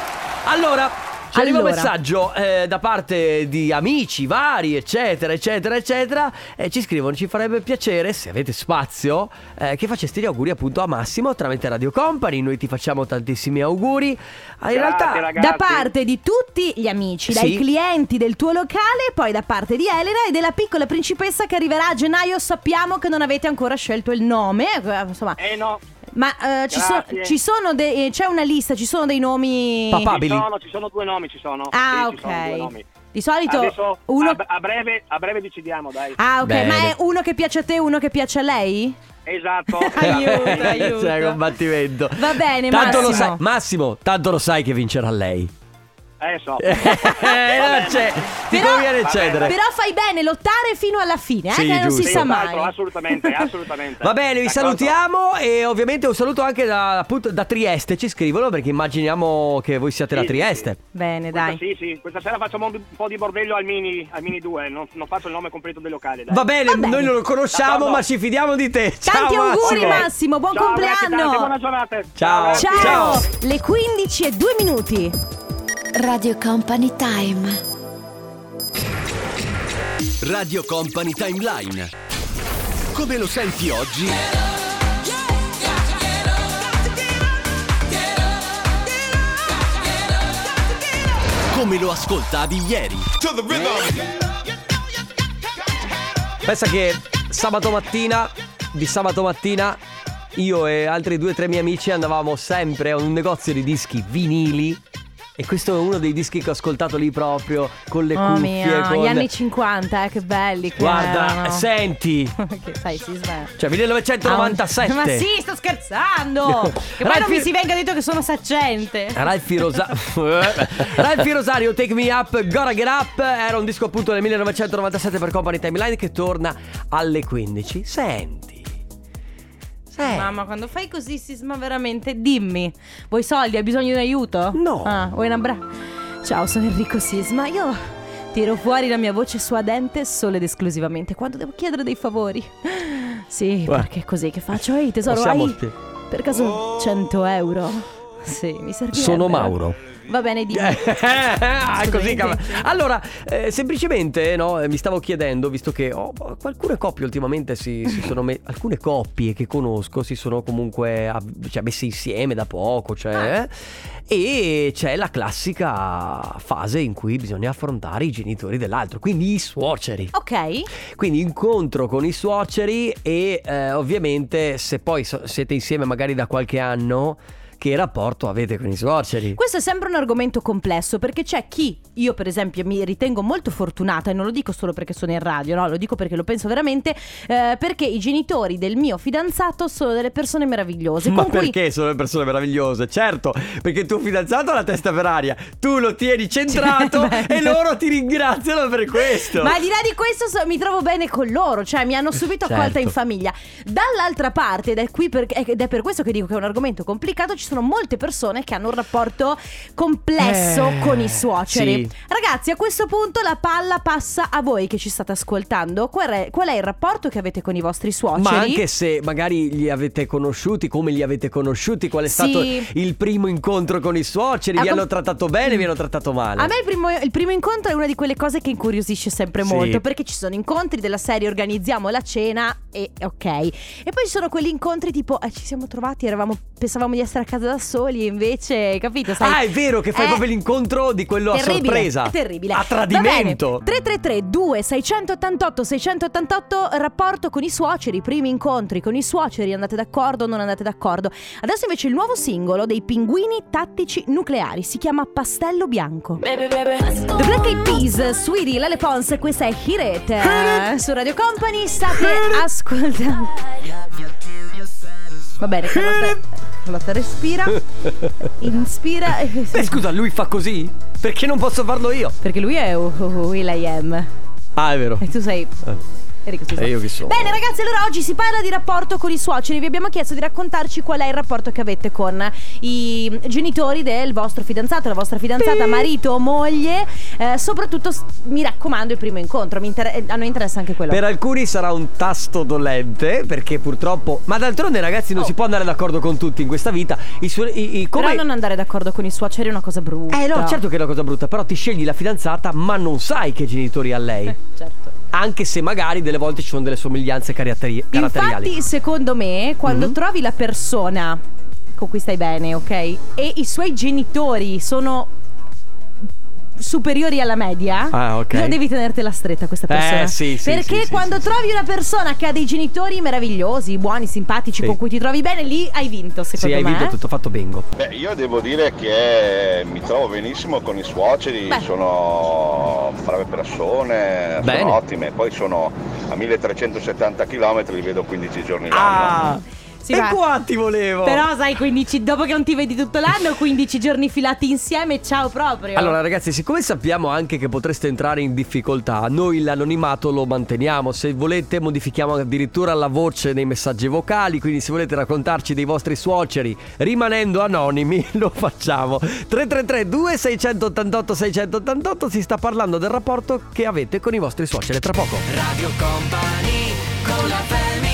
[SPEAKER 1] Allora, ci arriva un
[SPEAKER 2] Allora.
[SPEAKER 1] messaggio eh, da parte di amici vari, eccetera, eccetera, eccetera. E ci scrivono: Ci farebbe piacere, se avete spazio, eh, che faceste gli auguri appunto a Massimo tramite Radio Company. Noi ti facciamo tantissimi auguri. Ah, in
[SPEAKER 7] Grazie,
[SPEAKER 1] realtà,
[SPEAKER 7] ragazzi.
[SPEAKER 2] Da parte di tutti gli amici, dai
[SPEAKER 1] Sì.
[SPEAKER 2] clienti del tuo locale, poi da parte di Elena e della piccola principessa che arriverà a gennaio. Sappiamo che non avete ancora scelto il nome, eh, insomma,
[SPEAKER 7] Eh no,
[SPEAKER 2] ma eh, ci, so-
[SPEAKER 7] grazie.
[SPEAKER 2] ci sono de- eh, c'è una lista, ci sono dei nomi.
[SPEAKER 1] Papà.
[SPEAKER 7] ci
[SPEAKER 1] Abili.
[SPEAKER 7] sono, ci sono due nomi, ci sono.
[SPEAKER 2] Ah,
[SPEAKER 7] Sì, ci sono due
[SPEAKER 2] ok.
[SPEAKER 7] nomi.
[SPEAKER 2] Di solito
[SPEAKER 7] Adesso ah,
[SPEAKER 2] uno.
[SPEAKER 7] a, a breve, a breve decidiamo, dai.
[SPEAKER 2] Ah, ok,
[SPEAKER 1] Bene.
[SPEAKER 2] ma è uno che piace a te e uno che piace a lei?
[SPEAKER 7] Esatto.
[SPEAKER 2] Aiuto, aiuto.
[SPEAKER 1] C'è combattimento.
[SPEAKER 2] Va bene,
[SPEAKER 1] tanto
[SPEAKER 2] Massimo.
[SPEAKER 1] Lo sai, Massimo, tanto lo sai che vincerà lei.
[SPEAKER 7] Eh so.
[SPEAKER 1] Eh, non c'è- ti
[SPEAKER 2] Però-
[SPEAKER 1] conviene
[SPEAKER 7] Vabbè,
[SPEAKER 1] cedere.
[SPEAKER 2] Però fai bene lottare fino alla fine, eh,
[SPEAKER 1] Sì,
[SPEAKER 2] che non si
[SPEAKER 1] giusto.
[SPEAKER 7] Sì,
[SPEAKER 2] sa mai.
[SPEAKER 7] peraltro, assolutamente, assolutamente.
[SPEAKER 1] Va bene, vi
[SPEAKER 7] D'accordo?
[SPEAKER 1] salutiamo e ovviamente un saluto anche da, appunto, da Trieste, ci scrivono perché immaginiamo che voi siate da
[SPEAKER 7] Sì, sì,
[SPEAKER 1] Trieste.
[SPEAKER 2] Bene,
[SPEAKER 7] Questa-
[SPEAKER 2] Eh, dai.
[SPEAKER 7] Sì, sì, questa sera facciamo un po' di bordello al mini, al mini 2, non, non faccio il nome completo del locale. Dai.
[SPEAKER 1] Va bene,
[SPEAKER 2] Va bene.
[SPEAKER 1] noi non lo conosciamo
[SPEAKER 7] D'accordo.
[SPEAKER 1] ma ci fidiamo di te.
[SPEAKER 2] Tanti
[SPEAKER 1] Ciao,
[SPEAKER 2] auguri
[SPEAKER 1] Massimo.
[SPEAKER 2] Massimo, buon
[SPEAKER 7] Ciao, ragazzi,
[SPEAKER 2] compleanno.
[SPEAKER 7] tanti, buona giornata.
[SPEAKER 1] Ciao.
[SPEAKER 7] ragazzi.
[SPEAKER 2] Ciao.
[SPEAKER 1] Ciao.
[SPEAKER 2] le 15 e 2 minuti.
[SPEAKER 9] Radio Company Time.
[SPEAKER 10] Radio Company Timeline. Come lo senti oggi? Come lo ascoltavi ieri?
[SPEAKER 1] Pensa che sabato mattina, di sabato mattina, io e altri due o tre miei amici andavamo sempre a un negozio di dischi vinili. E questo è uno dei dischi che ho ascoltato lì proprio con le
[SPEAKER 2] Oh
[SPEAKER 1] cuffie.
[SPEAKER 2] mia,
[SPEAKER 1] con-
[SPEAKER 2] gli anni 50, eh, che belli che
[SPEAKER 1] Guarda,
[SPEAKER 2] erano.
[SPEAKER 1] senti,
[SPEAKER 2] che sai, si sveglia.
[SPEAKER 1] cioè 1997.
[SPEAKER 2] Ah, Ma sì, sto scherzando! Che poi
[SPEAKER 1] Ralfi-
[SPEAKER 2] non mi si venga detto che sono saccente.
[SPEAKER 1] Ralfi, Rosa- Ralfi Rosario, Take Me Up, Gotta Get Up Era un disco appunto del 1997 per Company Timeline che torna alle 15 Senti Senti
[SPEAKER 2] Mamma, quando fai così, Sisma, veramente dimmi. Vuoi soldi? Hai bisogno di un aiuto?
[SPEAKER 1] No.
[SPEAKER 2] Ah, vuoi un abbraccio? Ciao, sono Enrico Sisma. Io tiro fuori la mia voce suadente solo ed esclusivamente quando devo chiedere dei favori. Sì,
[SPEAKER 1] Uè.
[SPEAKER 2] perché è così che faccio? Ehi, tesoro,
[SPEAKER 1] Possiamo-
[SPEAKER 2] hai per caso 100 euro? Sì, mi servirebbe.
[SPEAKER 1] Sono Mauro
[SPEAKER 2] Va bene, dimmi.
[SPEAKER 1] Ah, così
[SPEAKER 2] Assolutamente.
[SPEAKER 1] cavolo. Allora, eh, semplicemente no, eh, mi stavo chiedendo, visto che ho- ho- alcune coppie ultimamente si, si sono me- alcune coppie che conosco si sono comunque av- cioè, messe insieme da poco, cioè, e c'è la classica fase in cui bisogna affrontare i genitori dell'altro, quindi i suoceri.
[SPEAKER 2] Ok.
[SPEAKER 1] Quindi incontro con i suoceri e eh, ovviamente se poi so- siete insieme magari da qualche anno che rapporto avete con i suoceri.
[SPEAKER 2] Questo è sempre un argomento complesso perché c'è chi, io per esempio mi ritengo molto fortunata e non lo dico solo perché sono in radio, no, lo dico perché lo penso veramente, eh, perché i genitori del mio fidanzato sono delle persone meravigliose.
[SPEAKER 1] Ma
[SPEAKER 2] con cui-
[SPEAKER 1] perché sono delle persone meravigliose? Certo, perché il tuo fidanzato ha la testa per aria, tu lo tieni centrato
[SPEAKER 2] Cioè, beh.
[SPEAKER 1] e loro ti ringraziano per questo.
[SPEAKER 2] Ma al di là di questo so- mi trovo bene con loro, cioè mi hanno subito accolta
[SPEAKER 1] Certo.
[SPEAKER 2] in famiglia. Dall'altra parte, ed è, qui per, ed è per questo che dico che è un argomento complicato, ci sono molte persone che hanno un rapporto complesso
[SPEAKER 1] Eh,
[SPEAKER 2] con i suoceri.
[SPEAKER 1] sì.
[SPEAKER 2] Ragazzi, a questo punto la palla passa a voi che ci state ascoltando. Qual è, qual è il rapporto che avete con i vostri suoceri?
[SPEAKER 1] Ma anche se magari li avete conosciuti, come li avete conosciuti, qual è
[SPEAKER 2] Sì.
[SPEAKER 1] stato il primo incontro con i suoceri,
[SPEAKER 2] Ah,
[SPEAKER 1] vi
[SPEAKER 2] com-
[SPEAKER 1] hanno trattato bene, vi hanno trattato male.
[SPEAKER 2] A me il primo, il primo incontro è una di quelle cose che incuriosisce sempre
[SPEAKER 1] Sì.
[SPEAKER 2] molto perché ci sono incontri della serie organizziamo la cena e ok. E poi ci sono quegli incontri tipo eh, ci siamo trovati, eravamo, pensavamo di essere a casa da soli e invece, capito? sai-
[SPEAKER 1] Ah, è vero che fai
[SPEAKER 2] Eh,
[SPEAKER 1] proprio l'incontro di quello a
[SPEAKER 2] terribile,
[SPEAKER 1] sorpresa.
[SPEAKER 2] è terribile.
[SPEAKER 1] A tradimento.
[SPEAKER 2] 333 2688 688 rapporto con i suoceri, i primi incontri con i suoceri, andate d'accordo o non andate d'accordo. Adesso invece il nuovo singolo dei Pinguini Tattici Nucleari si chiama Pastello Bianco. The Black Eyed Peas, Sweetie, Lele Pons, questa è Hit It su Radio Company, state ascoltando. Va bene, Carlotta, Carlotta respira, inspira e...
[SPEAKER 1] Beh, scusa, lui fa così? Perché non posso farlo io?
[SPEAKER 2] Perché lui è Will I Am
[SPEAKER 1] Ah, è vero.
[SPEAKER 2] e tu sei... Enrico Sisma.
[SPEAKER 1] Eh. E io chi sono?
[SPEAKER 2] Bene ragazzi, allora oggi si parla di rapporto con i suoceri. Vi abbiamo chiesto di raccontarci qual è il rapporto che avete con i genitori del vostro fidanzato, la vostra fidanzata, marito o moglie. Eh, soprattutto s- mi raccomando il primo incontro, mi inter- eh, a noi interessa anche quello.
[SPEAKER 1] Per alcuni sarà un tasto dolente perché purtroppo... Ma d'altronde ragazzi non
[SPEAKER 2] Oh.
[SPEAKER 1] si può andare d'accordo con tutti in questa vita. I suoi- i- i- come...
[SPEAKER 2] Però non andare d'accordo con i suoceri è una cosa brutta.
[SPEAKER 1] Eh no, certo che è una cosa brutta, però ti scegli la fidanzata ma non sai che genitori ha lei.
[SPEAKER 2] certo.
[SPEAKER 1] Anche se magari delle volte ci sono delle somiglianze caratteri- caratteriali.
[SPEAKER 2] Infatti, secondo me, quando
[SPEAKER 1] Mhm.
[SPEAKER 2] trovi la persona con cui stai bene, ok? E i suoi genitori sono superiori alla media,
[SPEAKER 1] Ah, ok.
[SPEAKER 2] la devi tenertela stretta questa
[SPEAKER 1] Eh,
[SPEAKER 2] persona.
[SPEAKER 1] sì, sì,
[SPEAKER 2] Perché
[SPEAKER 1] sì, sì,
[SPEAKER 2] quando
[SPEAKER 1] sì,
[SPEAKER 2] trovi una persona che ha dei genitori meravigliosi, buoni, simpatici,
[SPEAKER 1] Sì.
[SPEAKER 2] con cui ti trovi bene, lì hai vinto,
[SPEAKER 1] Sì,
[SPEAKER 2] secondo
[SPEAKER 1] hai
[SPEAKER 2] me.
[SPEAKER 1] vinto tutto, fatto bingo.
[SPEAKER 11] Beh, io devo dire che mi trovo benissimo con i suoceri,
[SPEAKER 2] Beh.
[SPEAKER 11] sono brave persone,
[SPEAKER 1] Bene.
[SPEAKER 11] sono ottime, poi sono a 1370 km, li vedo 15 giorni l'anno.
[SPEAKER 1] Ah!
[SPEAKER 2] Sì,
[SPEAKER 1] e
[SPEAKER 2] va.
[SPEAKER 1] qua ti volevo!
[SPEAKER 2] Però sai, 15, dopo che non ti vedi tutto l'anno, 15 giorni filati insieme, ciao proprio.
[SPEAKER 1] Allora ragazzi, siccome sappiamo anche che potreste entrare in difficoltà, noi l'anonimato lo manteniamo, se volete modifichiamo addirittura la voce nei messaggi vocali, quindi se volete raccontarci dei vostri suoceri rimanendo anonimi lo facciamo. 333 2688 688 si sta parlando del rapporto che avete con i vostri suoceri tra poco.
[SPEAKER 3] Radio Company con la family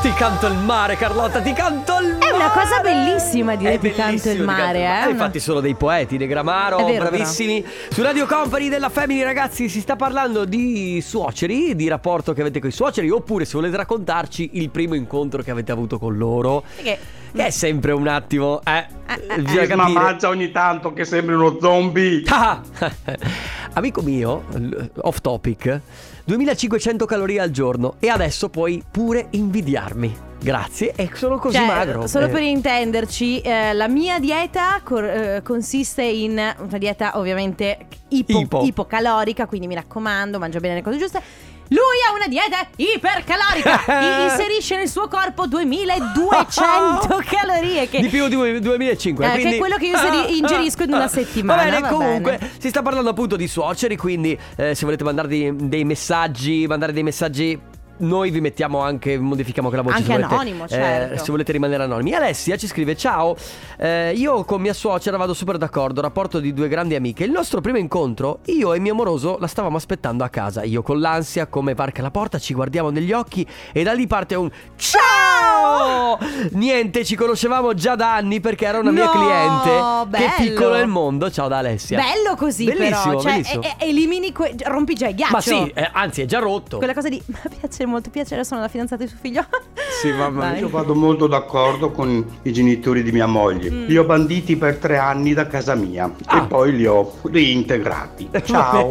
[SPEAKER 1] Ti canto il mare Carlotta, ti canto il mare!
[SPEAKER 2] È una cosa bellissima dire
[SPEAKER 1] È
[SPEAKER 2] ti canto
[SPEAKER 1] bellissimo
[SPEAKER 2] il
[SPEAKER 1] di
[SPEAKER 2] mare,
[SPEAKER 1] canto il Ah,
[SPEAKER 2] eh. Una-
[SPEAKER 1] Infatti sono dei poeti, De Gramaro,
[SPEAKER 2] È vero,
[SPEAKER 1] bravissimi. Su Radio Company della Family, ragazzi, si sta parlando di suoceri, di rapporto che avete con i suoceri, oppure se volete raccontarci il primo incontro che avete avuto con loro.
[SPEAKER 2] Perché-
[SPEAKER 1] Che è sempre un attimo, eh.
[SPEAKER 2] eh,
[SPEAKER 1] bisogna capire.
[SPEAKER 4] ogni tanto che sembri uno zombie.
[SPEAKER 1] Ah! Amico mio, l- off topic, 2500 calorie al giorno e adesso puoi pure invidiarmi. Grazie, e sono così
[SPEAKER 2] Cioè,
[SPEAKER 1] magro.
[SPEAKER 2] Solo
[SPEAKER 1] Eh.
[SPEAKER 2] per intenderci, eh, la mia dieta cor- eh, consiste in una dieta ovviamente ipo-
[SPEAKER 1] Ipo.
[SPEAKER 2] ipocalorica, quindi mi raccomando, mangia bene le cose giuste. Lui ha una dieta ipercalorica, I- inserisce nel suo corpo 2200 calorie che
[SPEAKER 1] Di più di due- 2005
[SPEAKER 2] Eh, che è
[SPEAKER 1] quindi- Ah,
[SPEAKER 2] quello che io inseri- ingerisco in una settimana,
[SPEAKER 1] Va bene,
[SPEAKER 2] va
[SPEAKER 1] comunque
[SPEAKER 2] bene.
[SPEAKER 1] si sta parlando appunto di suoceri Quindi eh, se volete mandarvi dei messaggi Mandare dei messaggi noi vi mettiamo anche, modifichiamo anche la voce
[SPEAKER 2] Anche
[SPEAKER 1] se volete, Eh,
[SPEAKER 2] anonimo, certo.
[SPEAKER 1] Se volete rimanere anonimi Alessia ci scrive Ciao, eh, io con mia suocera vado super d'accordo Rapporto di due grandi amiche Il nostro primo incontro, io e mio amoroso la stavamo aspettando a casa Io con l'ansia, come varca la porta, ci guardiamo negli occhi E da lì parte un Ciao! Niente, ci conoscevamo già da anni perché era una mia
[SPEAKER 2] No,
[SPEAKER 1] cliente. Che
[SPEAKER 2] bello.
[SPEAKER 1] piccolo è il mondo. Ciao da Alessia.
[SPEAKER 2] bello così però,
[SPEAKER 1] Bellissimo,
[SPEAKER 2] cioè
[SPEAKER 1] bellissimo.
[SPEAKER 2] e- e- elimini que- cioè, rompi già il ghiaccio.
[SPEAKER 1] Ma sì, eh, anzi è già rotto.
[SPEAKER 2] Quella cosa di "Ma piace molto piacere, sono la fidanzata di suo figlio.
[SPEAKER 1] Sì, mamma mia.
[SPEAKER 2] Dai.
[SPEAKER 12] Io vado molto d'accordo con i genitori di mia moglie. Li ho banditi per tre anni da casa mia
[SPEAKER 1] Ah.
[SPEAKER 12] e poi li ho reintegrati. Ciao.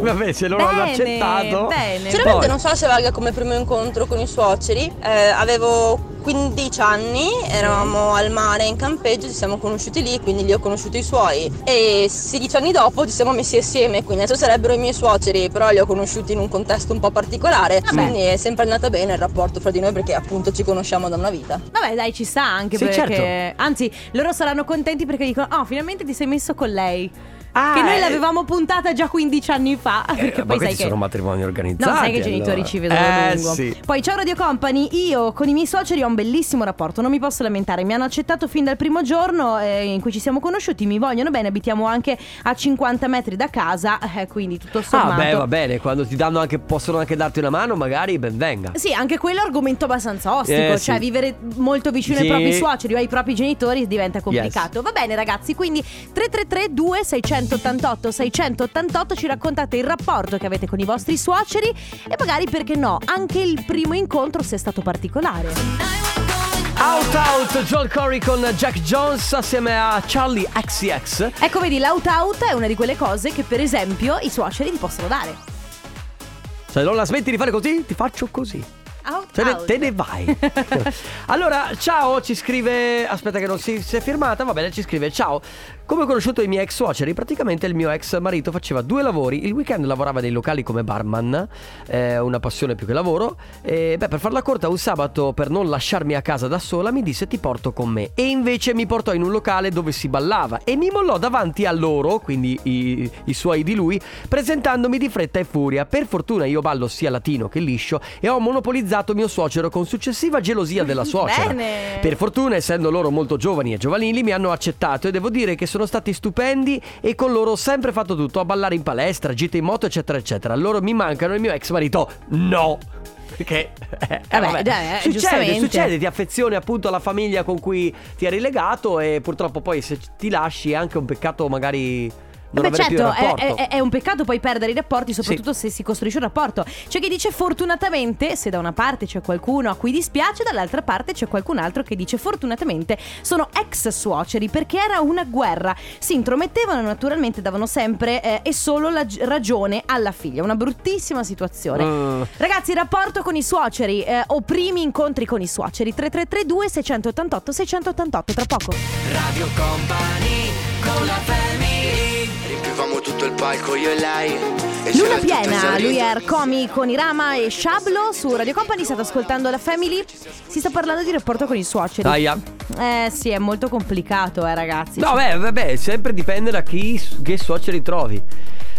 [SPEAKER 1] Vabbè, vabbè, se loro hanno
[SPEAKER 2] Bene,
[SPEAKER 1] accettato.
[SPEAKER 2] bene.
[SPEAKER 1] Poi-
[SPEAKER 8] so se valga come primo incontro con i suoceri. avevo
[SPEAKER 13] 15 Eh, anni, eravamo al mare in campeggio, ci siamo conosciuti lì, quindi lì ho conosciuto i suoi. E 16 anni dopo ci siamo messi assieme, quindi adesso sarebbero i miei suoceri, però li ho conosciuti in un contesto un po' particolare.
[SPEAKER 2] Vabbè.
[SPEAKER 13] Quindi è sempre andata bene il rapporto fra di noi perché appunto ci conosciamo da una vita.
[SPEAKER 2] Vabbè, dai, ci sta anche
[SPEAKER 13] Sì,
[SPEAKER 2] perché.
[SPEAKER 13] certo.
[SPEAKER 2] Anzi, loro saranno contenti perché dicono: Oh, finalmente ti sei messo con lei.
[SPEAKER 1] Ah,
[SPEAKER 2] che noi
[SPEAKER 1] eh.
[SPEAKER 2] l'avevamo puntata già 15 anni fa. Perché
[SPEAKER 1] Eh, ma
[SPEAKER 2] poi
[SPEAKER 1] questi
[SPEAKER 2] sai che.
[SPEAKER 1] sono matrimoni
[SPEAKER 2] No,
[SPEAKER 1] organizzati.
[SPEAKER 2] sai che i
[SPEAKER 1] allora.
[SPEAKER 2] genitori ci vedono
[SPEAKER 1] eh,
[SPEAKER 2] lungo.
[SPEAKER 1] Sì.
[SPEAKER 2] Poi ciao Radio Company, io con i miei suoceri ho un bellissimo rapporto, non mi posso lamentare, mi hanno accettato fin dal primo giorno eh, in cui ci siamo conosciuti, mi vogliono bene, abitiamo anche a 50 metri da casa, eh, quindi tutto
[SPEAKER 1] Ah,
[SPEAKER 2] sommato.
[SPEAKER 1] beh, va bene. Quando ti danno anche, possono anche darti una mano, magari ben venga.
[SPEAKER 2] Sì, anche quello è argomento abbastanza ostico,
[SPEAKER 1] Eh,
[SPEAKER 2] cioè
[SPEAKER 1] sì.
[SPEAKER 2] vivere molto vicino ai
[SPEAKER 1] Sì.
[SPEAKER 2] propri suoceri o ai propri genitori diventa complicato. Va bene ragazzi, quindi 333 2688 688 ci raccontate il rapporto che avete con i vostri suoceri e magari perché no, anche il primo incontro se è stato particolare.
[SPEAKER 1] Out Out, Joel Corey con Jack Jones assieme a Charlie XCX.
[SPEAKER 2] Ecco vedi, l'out out è una di quelle cose che per esempio i suoceri ti possono dare.
[SPEAKER 1] Se Cioè, non la smetti di fare così, ti faccio così.
[SPEAKER 2] Out
[SPEAKER 1] Te ne,
[SPEAKER 2] out.
[SPEAKER 1] Cioè, te ne vai. allora, ciao, ci scrive. Aspetta, che non si, si è firmata. Va bene, ci scrive: Ciao. Come ho conosciuto i miei ex suoceri, praticamente il mio ex marito faceva due lavori. Il weekend lavorava nei locali come barman, eh, una passione più che lavoro. E beh, per farla corta, un sabato, per non lasciarmi a casa da sola, mi disse: Ti porto con me. E invece mi portò in un locale dove si ballava e mi mollò davanti a loro, quindi i, i suoi di lui, presentandomi di fretta e furia. Per fortuna io ballo sia latino che liscio e ho monopolizzato mio suocero con successiva gelosia della suocera.
[SPEAKER 2] Bene.
[SPEAKER 1] Per fortuna, essendo loro molto giovani e giovanili, mi hanno accettato e devo dire che sono stati stupendi e con loro ho sempre fatto tutto, a ballare in palestra, gite in moto, eccetera, eccetera. Loro mi mancano e il mio ex marito no. Perché eh,
[SPEAKER 2] Vabbè, dai, eh,
[SPEAKER 1] succede,
[SPEAKER 2] giustamente.
[SPEAKER 1] succede, ti affezioni appunto alla famiglia con cui ti eri legato e purtroppo poi se ti lasci è anche un peccato magari non
[SPEAKER 2] Beh,
[SPEAKER 1] avere più
[SPEAKER 2] certo,
[SPEAKER 1] il
[SPEAKER 2] è,
[SPEAKER 1] rapporto.
[SPEAKER 2] è- è un peccato poi perdere i rapporti, soprattutto se si costruisce un rapporto. C'è chi dice fortunatamente, se da una parte c'è qualcuno a cui dispiace, dall'altra parte c'è qualcun altro che dice fortunatamente sono ex suoceri perché era una guerra. Si intromettevano e naturalmente davano sempre eh, e solo la gi- ragione alla figlia. Una bruttissima situazione.
[SPEAKER 1] Mm.
[SPEAKER 2] Ragazzi, rapporto con i suoceri eh, o primi incontri con i suoceri 3332 688 688 tra poco.
[SPEAKER 3] Radio Company con la family Riempivamo tutto il palco io e lei e c'era
[SPEAKER 2] Luna
[SPEAKER 3] tutto
[SPEAKER 2] piena,
[SPEAKER 3] esaurito.
[SPEAKER 2] lui è Arcomi con Irama e Sciablo su Radio Company, state ascoltando la Family. Si sta parlando di rapporto con i suoceri.
[SPEAKER 1] Ah, Aia.
[SPEAKER 2] Eh sì, è molto complicato, eh ragazzi.
[SPEAKER 1] No, beh, vabbè, sempre dipende da chi, che suoceri trovi.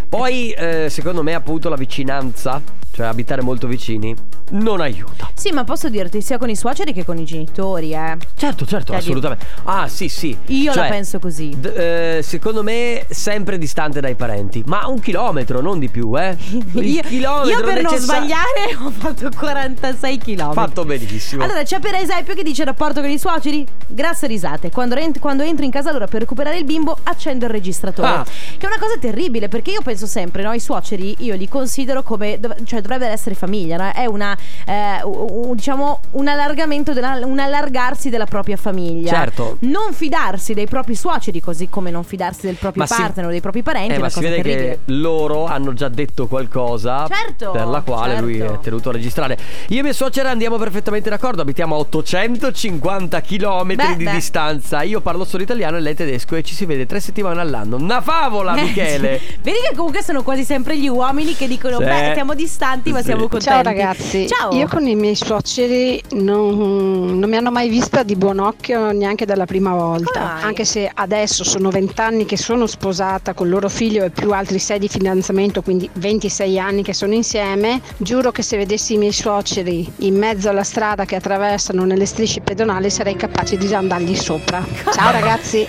[SPEAKER 1] Poi, eh, secondo me, appunto, la vicinanza, cioè abitare molto vicini, non aiuta.
[SPEAKER 2] Sì, ma posso dirti sia con i suoceri che con i genitori, eh.
[SPEAKER 1] Certo, certo,
[SPEAKER 2] Cioè,
[SPEAKER 1] assolutamente. Ah, sì, sì.
[SPEAKER 2] Io la
[SPEAKER 1] Cioè,
[SPEAKER 2] penso così.
[SPEAKER 1] d- eh, secondo me, sempre distante dai parenti, ma un chilometro, non di più, eh. Il
[SPEAKER 2] Io,
[SPEAKER 1] chilometro
[SPEAKER 2] io per non
[SPEAKER 1] necessa-
[SPEAKER 2] sbagliare ho fatto 46 km.
[SPEAKER 1] Fatto benissimo.
[SPEAKER 2] Allora, c'è per esempio che dice rapporto con i suoceri? Grasse risate. Quando, rent- quando entri in casa allora per recuperare il bimbo, accendo il registratore.
[SPEAKER 1] Ah.
[SPEAKER 2] Che è una cosa terribile, perché io penso sempre, no? I suoceri io li considero come. dov- cioè, dovrebbero essere famiglia, no? È una. eh, u- u- diciamo un allargamento, della- un allargarsi della propria famiglia.
[SPEAKER 1] Certo.
[SPEAKER 2] Non fidarsi dei propri suoceri, così come non fidarsi del proprio
[SPEAKER 1] Ma si-
[SPEAKER 2] partner o dei propri parenti,
[SPEAKER 1] Eh,
[SPEAKER 2] è
[SPEAKER 1] ma
[SPEAKER 2] una
[SPEAKER 1] si
[SPEAKER 2] cosa
[SPEAKER 1] vede
[SPEAKER 2] terribile.
[SPEAKER 1] che loro hanno già detto qualcosa
[SPEAKER 2] Certo,
[SPEAKER 1] per la quale
[SPEAKER 2] certo.
[SPEAKER 1] lui è tenuto a registrare. Io e mia suocera andiamo perfettamente d'accordo, abitiamo a 850 km
[SPEAKER 2] Beh,
[SPEAKER 1] di
[SPEAKER 2] beh.
[SPEAKER 1] distanza. Io parlo solo italiano e lei tedesco e ci si vede tre settimane all'anno. Una favola,
[SPEAKER 2] Eh,
[SPEAKER 1] Michele.
[SPEAKER 2] sì. Vedi che comunque sono quasi sempre gli uomini che dicono:
[SPEAKER 1] Sì.
[SPEAKER 2] Beh, siamo distanti, ma
[SPEAKER 1] Sì.
[SPEAKER 2] siamo contenti.
[SPEAKER 14] Ciao ragazzi,
[SPEAKER 2] Ciao.
[SPEAKER 14] io con i miei suoceri non, non mi hanno mai vista di buon occhio neanche dalla prima volta, anche se adesso sono 20 anni che sono sposata con il loro figlio e più altri 6 di fidanzamento, quindi 26 anni che sono insieme, giuro che se vedessi i miei suoceri in mezzo alla strada che attraversano nelle strisce pedonali sarei capace di andargli sopra. Ciao ragazzi!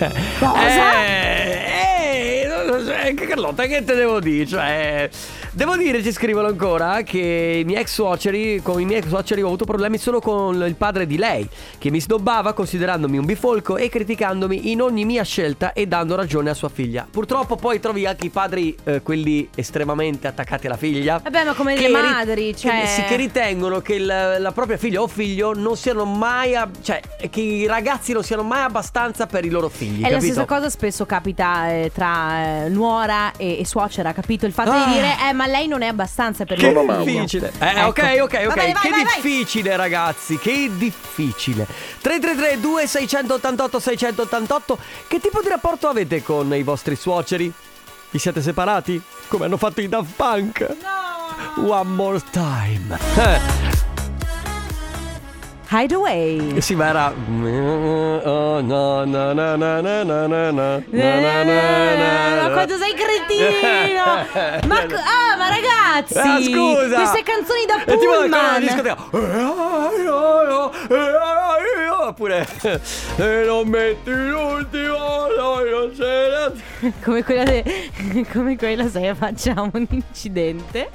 [SPEAKER 1] Eh, eh, non so, eh, Carlotta, che te devo dire? Cioè, devo dire, ci scrivono ancora, che i miei ex suoceri, con i miei ex suoceri ho avuto problemi solo con il padre di lei, che mi snobbava considerandomi un bifolco e criticandomi in ogni mia scelta e dando ragione a sua figlia. Purtroppo poi trovi anche i padri, eh, quelli estremamente attaccati alla figlia.
[SPEAKER 2] Vabbè, ma come
[SPEAKER 1] che
[SPEAKER 2] le
[SPEAKER 1] ri-
[SPEAKER 2] madri,
[SPEAKER 1] che-
[SPEAKER 2] cioè.
[SPEAKER 1] sì, che ritengono che il- la propria figlia o figlio non siano mai. ab- cioè, che i ragazzi non siano mai abbastanza per i loro figli.
[SPEAKER 2] È la
[SPEAKER 1] capito?
[SPEAKER 2] stessa cosa spesso capita eh, tra eh, nuora e, e suocera, capito? Il fatto
[SPEAKER 1] Ah.
[SPEAKER 2] di dire, eh, ma ma lei non è abbastanza per
[SPEAKER 1] Che
[SPEAKER 2] lui.
[SPEAKER 1] difficile. Eh,
[SPEAKER 2] Ecco.
[SPEAKER 1] ok, ok, ok.
[SPEAKER 2] Va bene, vai,
[SPEAKER 1] che
[SPEAKER 2] vai, vai.
[SPEAKER 1] difficile, ragazzi. Che difficile. 333 2688 688 Che tipo di rapporto avete con i vostri suoceri? Vi siete separati? Come hanno fatto i Daft Punk? No! One more time. Eh,
[SPEAKER 2] Hideaway.
[SPEAKER 1] sì, ma era. Oh, no, no, no, no, no, no, no, no, no, no,
[SPEAKER 2] Eh, Ma
[SPEAKER 1] no.
[SPEAKER 2] quanto sei cretino! Ma, co- ah, ma ragazzi!
[SPEAKER 1] Ah, scusa!
[SPEAKER 2] Queste canzoni da
[SPEAKER 1] È tipo la
[SPEAKER 2] pullman!
[SPEAKER 1] discoteca. eh, Oppure E non metti l'ultimo no, io c'era.
[SPEAKER 2] come quella de- come quella se facciamo un incidente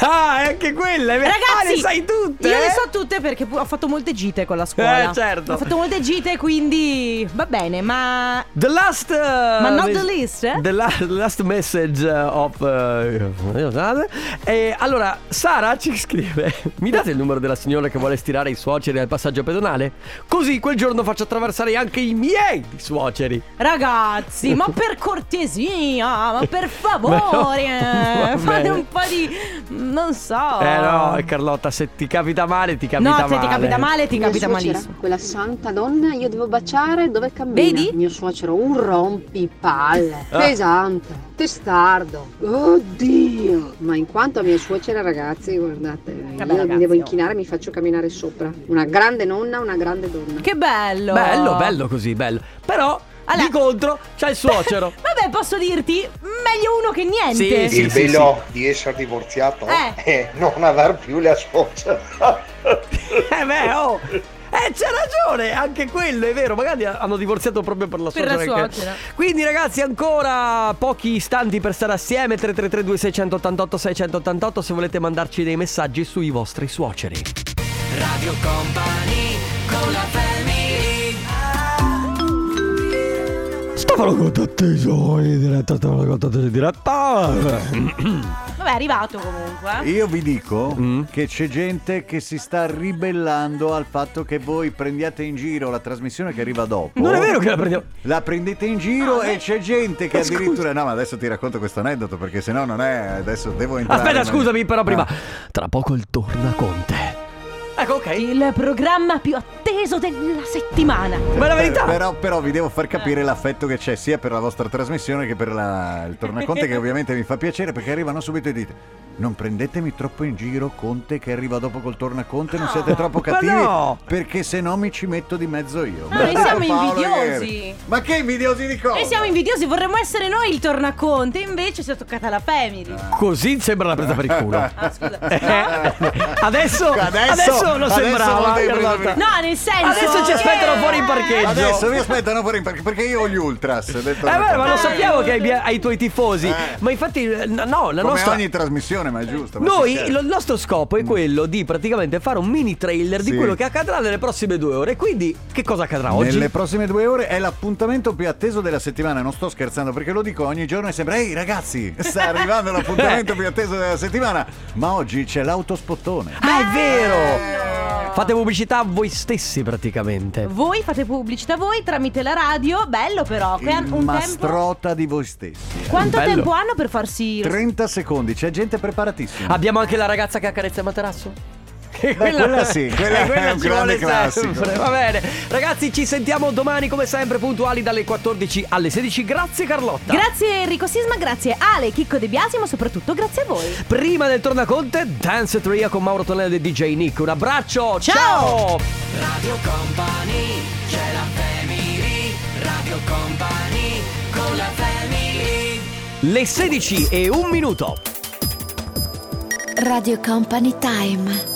[SPEAKER 1] Ah, è anche quella, è vero. Ah,
[SPEAKER 2] ragazzi
[SPEAKER 1] le sai tutte.
[SPEAKER 2] io le
[SPEAKER 1] eh?
[SPEAKER 2] so tutte perché pu- ho fatto molte gite con la scuola
[SPEAKER 1] Eh, certo.
[SPEAKER 2] ho fatto molte gite quindi va bene ma
[SPEAKER 1] The last uh,
[SPEAKER 2] Ma not
[SPEAKER 1] mes-
[SPEAKER 2] the least, eh?
[SPEAKER 1] The la- last message uh, of uh, eh, Allora, Sara ci scrive Mi date il numero della signora che vuole stirare i suoceri al passaggio pedonale? Così quel giorno faccio attraversare anche i miei suoceri
[SPEAKER 2] ragazzi ma per cortesia ma per favore
[SPEAKER 1] Ma no, va
[SPEAKER 2] fate
[SPEAKER 1] bene.
[SPEAKER 2] un po' di non so
[SPEAKER 1] Eh no, e Carlotta, se ti capita male, ti capita
[SPEAKER 2] Oh. No,
[SPEAKER 1] male.
[SPEAKER 2] se ti capita male, ti
[SPEAKER 15] Mia
[SPEAKER 2] capita
[SPEAKER 15] suocera,
[SPEAKER 2] malissimo.
[SPEAKER 15] Quella santa donna io devo baciare dove cammina.
[SPEAKER 2] Vedi?
[SPEAKER 15] Mio suocero un rompipalle.
[SPEAKER 16] Ah.
[SPEAKER 15] Pesante, testardo. Oddio. Ma in quanto a mia suocera ragazzi, guardate, io
[SPEAKER 2] ragazzi,
[SPEAKER 15] mi devo inchinare e mi faccio camminare sopra. Una grande nonna, una grande donna.
[SPEAKER 2] che bello
[SPEAKER 1] Bello, bello così, bello. Però, di contro, c'è il suocero.
[SPEAKER 2] vabbè posso dirti meglio uno che
[SPEAKER 1] Sì,
[SPEAKER 2] niente
[SPEAKER 1] sì,
[SPEAKER 17] il bello di essere divorziato
[SPEAKER 2] Eh.
[SPEAKER 17] è non aver più la suocera.
[SPEAKER 1] eh beh, oh. Eh, c'ha ragione, anche quello è vero. Magari hanno divorziato proprio per la
[SPEAKER 2] Per
[SPEAKER 1] suocera.
[SPEAKER 2] la
[SPEAKER 1] che-
[SPEAKER 2] suocera.
[SPEAKER 1] Quindi, ragazzi, ancora pochi istanti per stare assieme. 333 688 688 se volete mandarci dei messaggi sui vostri suoceri.
[SPEAKER 3] Radio Company con la family
[SPEAKER 1] Stavano con attenzione diretta, stavano con attenzione diretta.
[SPEAKER 2] vabbè è arrivato comunque eh.
[SPEAKER 18] Io vi dico che c'è gente che si sta ribellando al fatto che voi prendiate in giro la trasmissione che arriva dopo.
[SPEAKER 1] Non è vero che la prendiamo.
[SPEAKER 18] Oh.
[SPEAKER 1] Ah,
[SPEAKER 18] La prendete in giro e c'è gente che
[SPEAKER 1] Ma scusa.
[SPEAKER 18] addirittura. No, ma adesso ti racconto questo aneddoto perché sennò non è. Adesso devo entrare.
[SPEAKER 1] Aspetta,
[SPEAKER 18] nel- Ah.
[SPEAKER 1] scusami, però prima. Tra poco il torna con te. Ecco, ok.
[SPEAKER 2] Il programma più atteso della settimana.
[SPEAKER 18] Però, però vi devo far capire l'affetto che c'è sia per la vostra trasmissione che per la- il Tornaconte, che ovviamente mi fa piacere perché arrivano subito e dite. Non prendetemi troppo in giro, Conte, che arriva dopo col Tornaconte. Non
[SPEAKER 2] Ah.
[SPEAKER 18] siete troppo
[SPEAKER 1] ma
[SPEAKER 18] cattivi.
[SPEAKER 1] no.
[SPEAKER 18] Perché se no mi ci metto di mezzo io.
[SPEAKER 2] No,
[SPEAKER 18] Me l'ha
[SPEAKER 2] Ah, noi
[SPEAKER 18] detto
[SPEAKER 2] siamo
[SPEAKER 18] Paolo
[SPEAKER 2] invidiosi.
[SPEAKER 18] ieri. Ma che invidiosi di cosa?
[SPEAKER 2] Noi siamo invidiosi, vorremmo essere noi il tornaconte, invece ci è toccata la family. Ah,
[SPEAKER 1] Così sembra la presa per il culo. Eh, adesso, adesso,
[SPEAKER 18] adesso
[SPEAKER 1] lo sembrava.
[SPEAKER 18] non devi prendere per
[SPEAKER 1] Carlotta.
[SPEAKER 18] il culo.
[SPEAKER 2] No, nel senso.
[SPEAKER 1] Adesso ci aspettano fuori in parcheggio.
[SPEAKER 18] Adesso mi aspettano fuori in parcheggio perché io ho gli ultras. del
[SPEAKER 1] Eh beh, ma
[SPEAKER 18] Tornaconte.
[SPEAKER 1] lo sappiamo che hai, hai i tuoi tifosi. Ma infatti, eh, no, la
[SPEAKER 18] Come
[SPEAKER 1] nostra.
[SPEAKER 18] ogni trasmissione, ma è giusto. ma certo. si
[SPEAKER 1] Noi,
[SPEAKER 18] scherza.
[SPEAKER 1] lo- il nostro scopo è quello di praticamente fare un mini trailer di
[SPEAKER 18] Sì.
[SPEAKER 1] quello che accadrà nelle prossime due ore. Quindi, che cosa accadrà oggi?
[SPEAKER 18] Nelle prossime due ore è l'appuntamento più atteso della settimana. Non sto scherzando perché lo dico ogni giorno e sembra, ehi ragazzi, sta arrivando
[SPEAKER 1] Eh.
[SPEAKER 18] l'appuntamento più atteso della settimana. Ma oggi c'è l'autospottone.
[SPEAKER 1] Ah, è vero! Fate pubblicità a voi stessi praticamente.
[SPEAKER 2] Voi fate pubblicità voi tramite la radio, bello però. Qui han- un tempo...
[SPEAKER 18] Mastrota di voi stessi.
[SPEAKER 2] Quanto tempo hanno per farsi...
[SPEAKER 18] 30 secondi, c'è gente preparatissima.
[SPEAKER 1] Abbiamo anche la ragazza che accarezza il materasso? Che
[SPEAKER 18] Beh, quella sì, quella
[SPEAKER 1] eh,
[SPEAKER 18] è un
[SPEAKER 1] ci vuole
[SPEAKER 18] grande classico.
[SPEAKER 1] sempre. Va bene, ragazzi, ci sentiamo domani come sempre puntuali dalle 14 alle 16. Grazie Carlotta.
[SPEAKER 2] Grazie Enrico Sisma, grazie Ale, Chicco De Biasimo, soprattutto grazie a voi.
[SPEAKER 1] Prima del tornaconte, Dance Tria con Mauro Tonello e DJ Nick. Un abbraccio, ciao!
[SPEAKER 3] Radio Company c'è la family Radio Company con la family
[SPEAKER 1] Le 16 e un minuto.
[SPEAKER 9] Radio Company Time